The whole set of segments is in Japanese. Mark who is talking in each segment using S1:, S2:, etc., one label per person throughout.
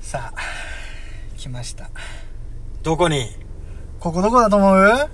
S1: さあ来ました
S2: どこに
S1: ここどこだと思う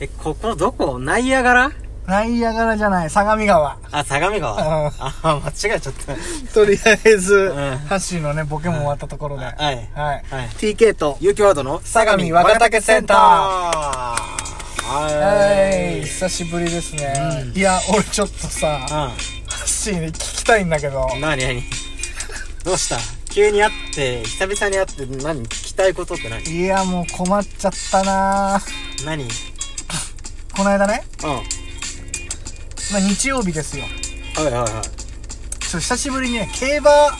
S2: え、ここどこナイアガラ
S1: ナイアガラじゃない相模川
S2: あ、相模川。
S1: う
S2: あ
S1: ん
S2: あ、 間違えちゃった。
S1: とりあえず、
S2: ん
S1: ハッシーのねボケも終わったところで、
S2: はい
S1: はい、
S2: はい。
S1: TK と
S2: 有機ワードの
S1: 相模若竹センターは
S2: はいい。
S1: 久しぶりですね、
S2: うん
S1: いや俺ちょっとさハ
S2: う
S1: ッシーに聞きたいんだけど
S2: ん。なになに どうした急に会って、久々に会って、何聞きたいことって何
S1: いやもう困っちゃったな
S2: 何うん。
S1: この間ね、
S2: は
S1: まあ、日曜日ですよ
S2: いはいは
S1: ちょっと久しぶりにね競馬を
S2: い。うん。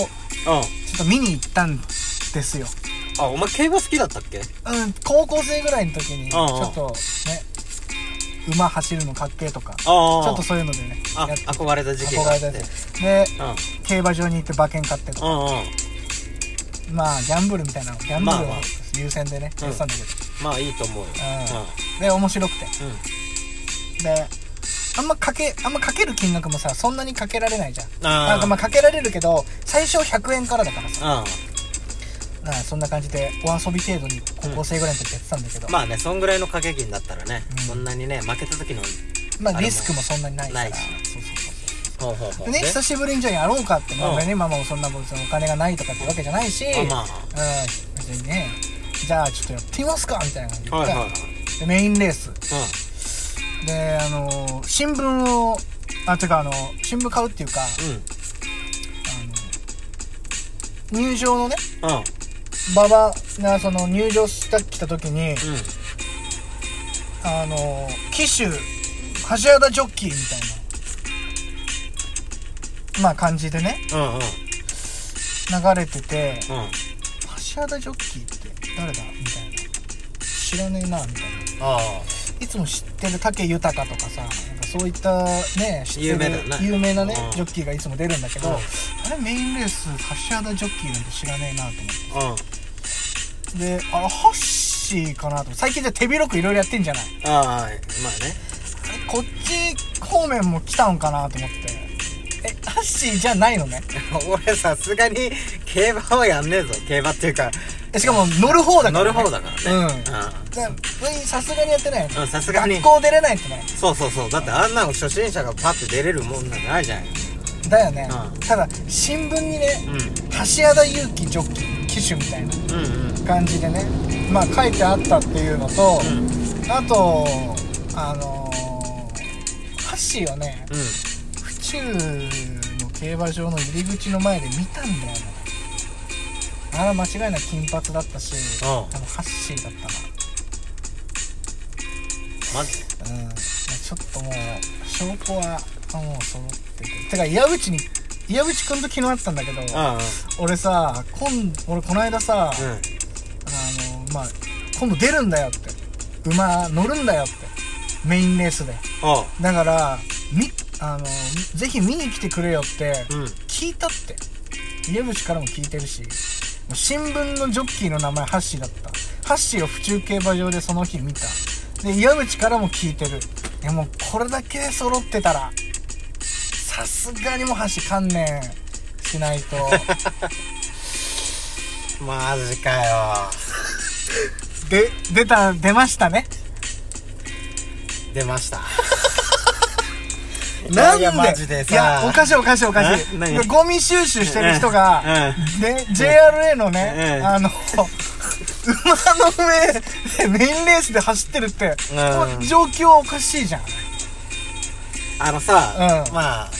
S1: ちょっと見に行ったんですよ
S2: あ、お前競馬好きだったっけ
S1: うん、高校生ぐらいの時に、ち
S2: うん
S1: ょ
S2: うん
S1: っとね、馬走るのかっけえとか、ち
S2: ああ。
S1: ょっとそういうのでね、
S2: あ、
S1: やって
S2: 憧れた時期があ
S1: 憧
S2: って。
S1: れてで、
S2: う
S1: 競馬場に行って馬券買ってとか、
S2: ん。うんうん。
S1: まあ、ギャンブルみたいなの、ギャンブル
S2: まあま
S1: を
S2: あ
S1: 優先でね、
S2: うん
S1: やってたんだけど、
S2: まあいいと思うよ。
S1: で、面白くて。
S2: うん。うん。
S1: で、あんまかけ、あんまかける金額もさ、そんなにかけられないじゃん。
S2: あー
S1: なんかまあかけられるけど、最初100円からだからさ、
S2: うん。
S1: うんそんな感じで、お遊び程度に高校生ぐらいの時やってたんだけど、
S2: まあね、そんぐらいの掛け金だったらね、
S1: うん
S2: そんなにね、負けた時の、
S1: まあリスクもそんなにないから。
S2: ないし
S1: そうそうそう。
S2: ほうほうほ
S1: でね、久しぶりにじゃあやろうかって、まあ
S2: うん
S1: 俺ね、ママもそんなことそのお金がないとかってわけじゃないし、うん、
S2: まあ
S1: 別にね、じゃあちょっとやってみますかみたいなの言った、
S2: はいはいはい。
S1: でメインレース。
S2: うん。
S1: で、あのー新聞を、あ、てかあの新聞買うっていうか、
S2: う
S1: あの入場のね、
S2: ん。うん。
S1: 馬場がその入場した、来た時に、
S2: うん。
S1: あのー騎手、橋和田ジョッキーみたいな、まあ感じでね、
S2: うん。うん。
S1: 流れてて、
S2: うん。
S1: 橋田ジョッキーって誰だみたいな知らねえなみたいな
S2: ああ。
S1: いつも知ってる武豊とかさなんかそういったね知ってる
S2: 有名だよね
S1: 有名なね、
S2: うん
S1: ジョッキーがいつも出るんだけど、
S2: うん
S1: あれメインレース橋田ジョッキーなんて知らねえなと思
S2: うん。
S1: ってであれホッシーかなと思って最近じゃ手広くいろいろやってんじゃない
S2: ああ、まあ
S1: あ
S2: ね。
S1: れこっち方面も来たんかなと思ってえハッシーじゃないのね
S2: 俺さすがに競馬はやんねえぞ。競馬っていうか、
S1: えしかも乗る方だか
S2: 乗
S1: ら、ね、
S2: る方だからね。う
S1: だからさすがにやってないよね
S2: うんさすがに
S1: 学校出れないってね
S2: ん。そうそうそう。だってあんなの初心者がパッて出れるもんなんじゃないじゃん。
S1: だよね、
S2: うん
S1: ただ新聞にね
S2: うん。
S1: 橋和田裕樹ジョッキー騎手みたいな
S2: うんうん。
S1: 感じでねまあ書いてあったっていうのと、あとあのー、ハッシーをね
S2: うん。
S1: 府中の競馬場の入り口の前で見たんだよねあら間違いなく金髪だったし、
S2: うん
S1: あのハッシーだった
S2: マジ
S1: なうんまあちょっともう証拠はもう揃ってててか岩渕に岩渕君と昨日会ったんだけど、
S2: う
S1: 俺さ今俺この間さ、
S2: んうん。うん。
S1: あのまあ今度出るんだよって馬乗るんだよってメインレースで
S2: おう。
S1: だからみあのぜひ見に来てくれよって
S2: うん。
S1: 聞いたって家渕からも聞いてるしもう新聞のジョッキーの名前ハッシーだったハッシーを府中競馬場でその日見たで岩渕からも聞いてるいやもうこれだけ揃ってたらさすがにもうハッシー観念しないと
S2: マジかよ。
S1: で出た出ましたね
S2: 出ました。
S1: なん
S2: い
S1: で
S2: やマジで
S1: い
S2: さ
S1: やおかしいおかしいおかし
S2: え
S1: い
S2: 何
S1: でゴミ収集してる人が、ね JRA のね、
S2: うん
S1: あの馬の上でメインレースで走ってるって、
S2: うん
S1: これ状況はおかしいじゃん
S2: あのさ、
S1: うん
S2: まあ、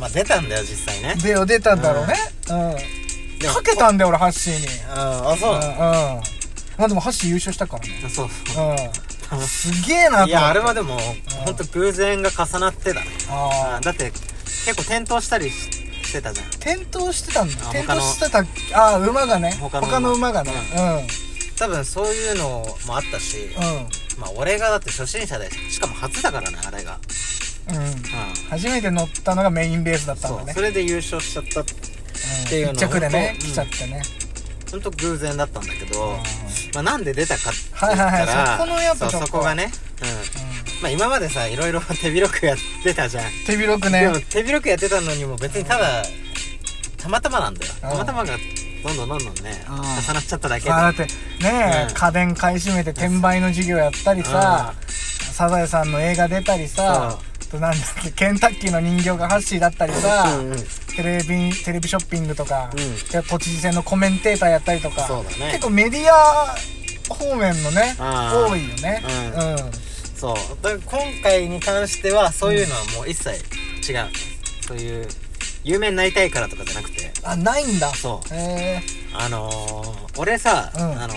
S2: まあ出たんだよ、実際ね。
S1: でよ出たんだろうね、うん
S2: でも
S1: かけたんだよ俺ハッシーに
S2: うん、あ、そ
S1: う
S2: う
S1: ん、うん
S2: なの
S1: まあでもハッシー優勝したからね
S2: そう。
S1: うんすげえなと思って
S2: いや、あれはでも、ほんと偶然が重なってだね。
S1: あ
S2: あ
S1: ー
S2: だって、結構転倒したりししてたじゃん。
S1: 転倒してたんだ
S2: あ
S1: 転倒してたああ馬がね他
S2: 他
S1: の
S2: の馬
S1: 馬がね
S2: 多分そういうのもあったし、
S1: うんうん
S2: まあ俺がだって初心者で、しかも初だからね、あれが。
S1: うん
S2: うん。
S1: 初めて乗ったのがメインレースだったん
S2: そ
S1: だ
S2: う、
S1: ね
S2: それで優勝しちゃった。っていう
S1: うん、一
S2: の
S1: 着でね
S2: うん
S1: 来ちゃってね、
S2: ほんと偶然だったんだけど、
S1: うん
S2: まあなんで出たかって言
S1: はい
S2: ったら、
S1: はいはいそこのやっぱちょっと
S2: そうそこがね、うん。まあ今までさ、いろいろ手広くやってたじゃん。
S1: 手広く
S2: で
S1: ね
S2: も手広くやってたのにも別にただたまたまなんだよ
S1: うん
S2: たまたまがどんどんどんどんね
S1: うん
S2: 重なっちゃっただけで
S1: あだってねえ、
S2: うん
S1: 家電買い占めて転売の事業やったりさ、サザエさんの映画出たりさ、となんだっけケンタッキーの人形がハッシーだったりさ、
S2: うんうん
S1: テレビテレビショッピングとか、
S2: うん
S1: で都知事選のコメンテーターやったりとか、
S2: そうだね
S1: 結構メディア方面のね
S2: あー
S1: 多いよね
S2: うそうだから今回に関してはそういうのはもう一切違う、そういう有名になりたいからとかじゃなくて
S1: あないんだ
S2: そう
S1: え
S2: あのー、俺さ、
S1: うん
S2: あの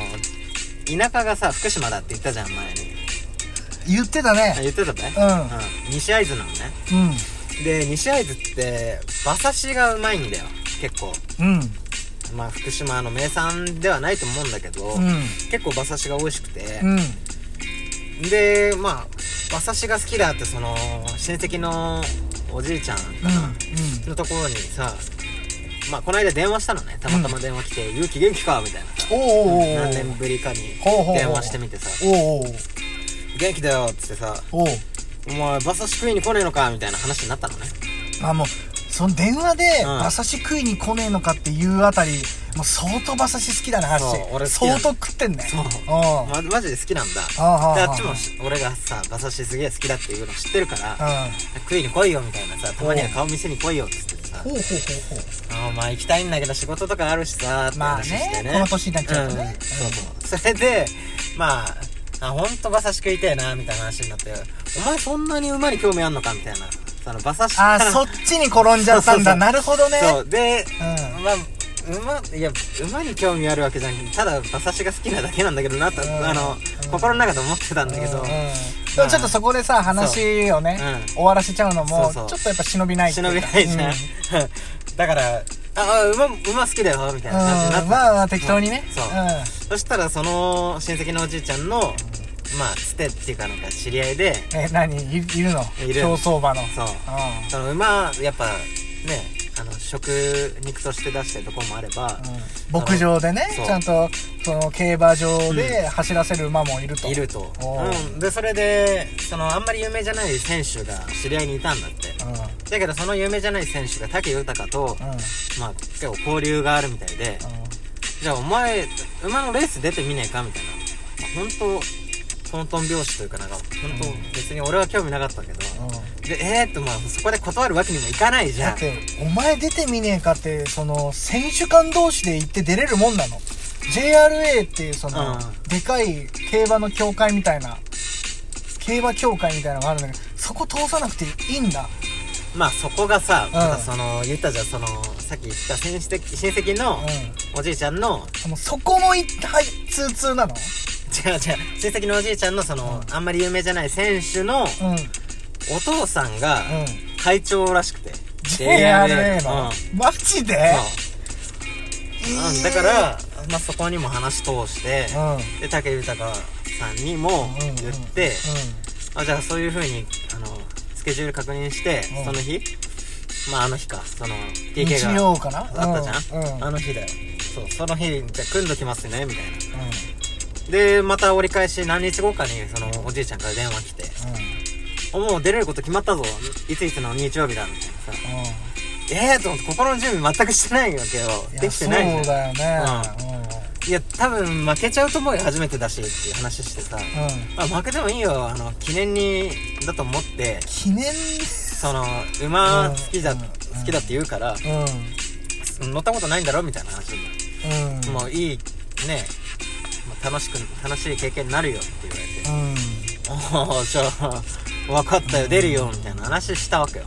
S2: 田舎がさ福島だって言ったじゃん前に
S1: ー、言ってた
S2: あ
S1: ね
S2: 言ってたね
S1: うん
S2: うん、西会津なのね
S1: う
S2: で西会津って馬刺しがうまいんだよ結構
S1: んうん
S2: まあ福島の名産ではないと思うんだけど、
S1: うん
S2: 結構馬刺しが美味しくて、
S1: うん
S2: でまあ馬刺しが好きだってその親戚のおじいちゃんかな、のところにさまあこの間電話したのねたまたま電話来て「勇気元気か?」みたいなさ
S1: おうおうおうおう
S2: 何年ぶりかに
S1: ほうほうほう
S2: 電話してみてさ
S1: おう
S2: 「元気だよ」っつってさ
S1: おうおう
S2: 「お前馬刺し食いに来ねえのか?」みたいな話になったのね
S1: あもうその電話で
S2: うん
S1: 馬刺し食いに来ねえのかっていうあたりもう相当馬刺し好きだねハッシ
S2: そう
S1: ー
S2: 俺好き
S1: 相
S2: なの
S1: 当食ってんね
S2: そう
S1: お
S2: まマジで好きなんだで
S1: あああ
S2: あっちもし俺がさ馬刺しすげえ好きだっていうの知ってるから
S1: う
S2: 食いに来いよみたいなさたまには顔見せに来いよっつってさ
S1: んほうほうほうほう
S2: あーまあ行きたいんだけど仕事とかあるしさって
S1: まあね
S2: 話してね,、
S1: この年になっちゃうとね
S2: んそうそうそれでまああ本当馬刺し食いたいなみたいな話になってお前そんなに馬に興味あんのかみたいなその馬刺し
S1: あ
S2: か
S1: ー
S2: ら
S1: そっちに転んじゃったんだ
S2: そうそうそう
S1: なるほどね
S2: そうで、
S1: う
S2: まあ馬いや馬に興味あるわけじゃなくてただ馬刺しが好きなだけなんだけどなと、
S1: うん
S2: あの、
S1: うん
S2: 心の中で思ってたんだけ
S1: う
S2: ど、
S1: んうんでもちょっとそこでさ話をね
S2: うん
S1: 終わらせちゃうのもち
S2: そ
S1: ょっ
S2: う
S1: と
S2: そう
S1: やっぱ忍びないって
S2: 忍
S1: う
S2: び
S1: か
S2: ないじゃん、
S1: うん
S2: だから「あ馬馬好きだよ」みたいな感じになっ
S1: う
S2: た
S1: んまあ適当にね
S2: そうそしたらその親戚のおじいちゃんのまあつてっていうかなんか知り合いで
S1: うんえ何いいるの
S2: いる
S1: 競走馬の
S2: そう
S1: う
S2: その馬やっぱねあの食肉として出してるとこもあれ
S1: ん
S2: ば
S1: うん牧場でね
S2: そう
S1: ちゃんとその競馬場で走らせる馬もいると
S2: いると
S1: おー
S2: うんでそれでそのあんまり有名じゃない選手が知り合いにいたんだって
S1: うんうん
S2: だけどその有名じゃない選手が武豊とまあ結構交流があるみたいでじゃあお前馬のレース出てみねえかみたいなまあ本当トントン拍子というかなんか本当別に俺は興味なかったけど
S1: うんうん
S2: でえー、っとまあそこで断るわけにもいかないじ
S1: だ
S2: ゃん
S1: ってお前出てみねえかってその選手間同士で行って出れるもんなの JRA っていうその、
S2: うん
S1: でかい競馬の協会みたいな競馬協会みたいなのがあるんだけどそこ通さなくていいんだ
S2: まあそこがさ、
S1: ん
S2: またその言ったじゃんそのさっき言った親戚親戚の
S1: う
S2: おじいちゃんの、
S1: もうそこも一体通通なの
S2: 違う違う親戚のおじいちゃんのその、あんまり有名じゃない選手の
S1: うんうん
S2: お父さんが会長らしくて、
S1: JRA の、
S2: うん
S1: マジで
S2: そう、うん、だから、まあ、そこにも話通して、
S1: うんうん
S2: で武豊さんにも言って、あじゃあそういう風にあのスケジュール確認して、
S1: うん
S2: その日まああの日かその
S1: うん、日
S2: TK が
S1: 曜かな
S2: あったじゃん、
S1: うんうん
S2: あの日だよそうその日じゃあ組んどきますねみたいな
S1: うん
S2: でまた折り返し何日後かにそのおじいちゃんから電話来て「おもう出れること決まったぞいついつの日曜日だ」みたいなさ
S1: うんうん
S2: 「ええー!」と思って心の準備全くしてないわけよ
S1: いや
S2: できてないじゃん
S1: そうだよね
S2: いや多分負けちゃうと思うよ初めてだしっていう話してさ、
S1: うん、うん
S2: まあ、負けてもいいよあの記念にだと思って
S1: 記念
S2: その馬好きだ、
S1: うんうん
S2: 好きだって言うから、
S1: うん
S2: 乗ったことないんだろみたいな話にな
S1: うん
S2: って、もういいねまあ楽しく楽しい経験になるよって言われて
S1: うん
S2: 「おおじゃあ分かったよ出るよ」みたいな話したわけよ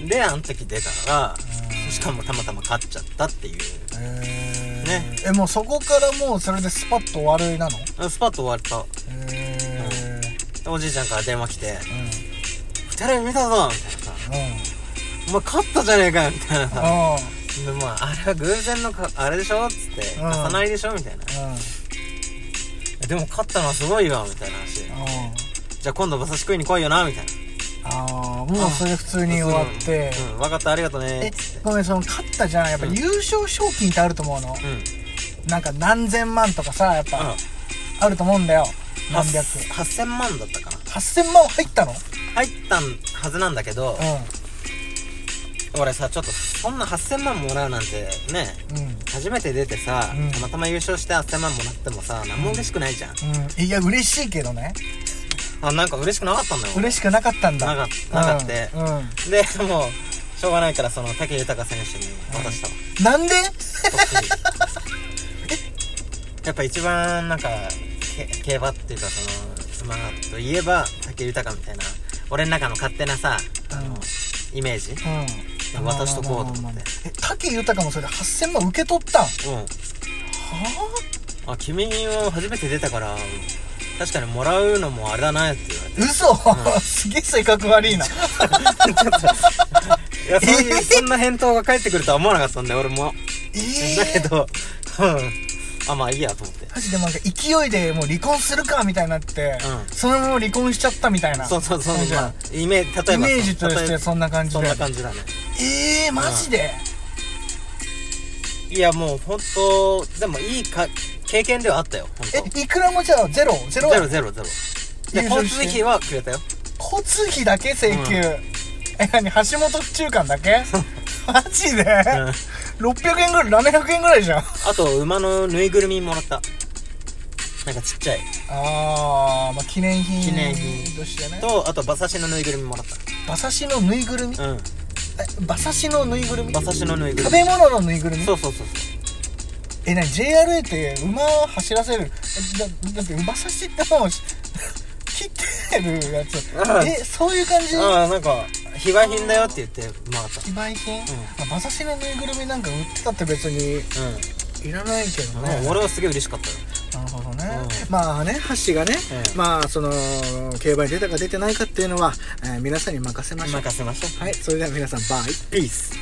S1: うん
S2: であの時出たから
S1: うん
S2: しかもたまたま勝っちゃったっていう
S1: えー
S2: ね
S1: えもうそこからもうそれでスパッと終わりなの
S2: スパッと終わった
S1: え
S2: でおじいちゃんから電話来て
S1: ーうん
S2: 「テレビ見たぞ!」みたいなさ
S1: うん
S2: 「お前勝ったじゃねえかよ」みたいなさ
S1: あ
S2: でまああれは偶然のかあれでしょっつって
S1: うん
S2: 重なりでしょみたいな
S1: あ
S2: でも勝ったのはすごいわみたいな話
S1: うんうん
S2: じゃあ今度馬刺し食いに来いよなみたいな
S1: あーもうそれで普通に終わって
S2: うん、分かったありがとう
S1: え
S2: ね
S1: ごめんその勝ったじゃんやっぱ
S2: うん
S1: 優勝賞金ってあると思うの
S2: うんうん
S1: なんか何千万とかさやっぱあると思うんだよ何百
S2: 8000万だったかな
S1: 8000万入ったの
S2: 入ったはずなんだけど、
S1: う
S2: 俺さちょっとそんな8000万もらうなんてね
S1: うん
S2: 初めて出てさ、
S1: うん
S2: たまたま優勝して8000万もらってもさ何も嬉しくないじゃ
S1: う
S2: ん、
S1: ん、いや嬉しいけどね
S2: あなんか嬉しくなかったんだよ俺
S1: 嬉しくなかったんだ
S2: なかなかって
S1: うんうん
S2: でもうしょうがないからその武豊選手に渡したわ、
S1: なんで
S2: そっくりやっぱ一番なんかけ競馬っていうかその馬といえば武豊みたいな俺の中の勝手なさあの、
S1: うん
S2: イメージ
S1: うん
S2: 渡しとこうと思って
S1: まあまあまあまあえ武豊もそれで8000万受け取ったんは
S2: うん
S1: あ
S2: あ君も初めて出たから確かにもらうのもあれだなって言われて
S1: 嘘、 すげえ性格悪い な
S2: いやそうい う、
S1: えー
S2: そんな返答が返ってくるとは思わなかったんだよ俺も、
S1: え
S2: だ
S1: え
S2: けどうんあまあいいやと思って
S1: マジでもなんか勢いでもう離婚するかみたいになって、
S2: うん
S1: そのまま離婚しちゃったみたいな
S2: そうそうそう
S1: じゃ
S2: ま
S1: ん
S2: あイメージ例え
S1: イ
S2: ば
S1: メージとし
S2: 例え
S1: てそんな感じ
S2: そん
S1: で
S2: な感じだね
S1: ええー、マジで、
S2: いやもう本当でもいいか経験ではあったよ本当
S1: えいくらもじゃあゼロゼロ
S2: ゼ
S1: 円
S2: ロゼロゼロで
S1: 優勝
S2: 交
S1: して
S2: 通費はくれたよ
S1: 交通費だけ請求、
S2: うん
S1: え何橋本府中間だ けマジで、
S2: うん
S1: 600円ぐらい700円ぐらいじ ゃん
S2: あと馬のぬいぐるみもらったなんかちっちゃい
S1: あー、まあ記念品
S2: 記念品
S1: としてね
S2: とあと馬刺しのぬいぐるみもらっ
S1: 馬刺しのぬいぐるみ
S2: たうん
S1: え馬刺しのぬいぐるみ
S2: 馬刺しのぬいぐる
S1: 食
S2: み
S1: べ物のぬいぐるみ
S2: そうそうそうそ
S1: えなに JRA って馬を走らせるえだだって馬刺しってもう 切ってるやつ
S2: ああ
S1: えそういう感じ
S2: うああなんか非売品だよって言ってもらっ
S1: 非売品、
S2: ん
S1: まあ馬刺しのぬいぐるみなんか売ってたって別に
S2: たうん
S1: いらないけど
S2: も
S1: ね
S2: う俺はすげえ嬉しかったよ
S1: なるほどね、
S2: う
S1: まあね橋がね、
S2: ええ
S1: まあその競馬に出たか出てないかっていうのは、えー皆さんに任せましょう
S2: 任せましょ
S1: はいそれでは皆さんバイ
S2: うピース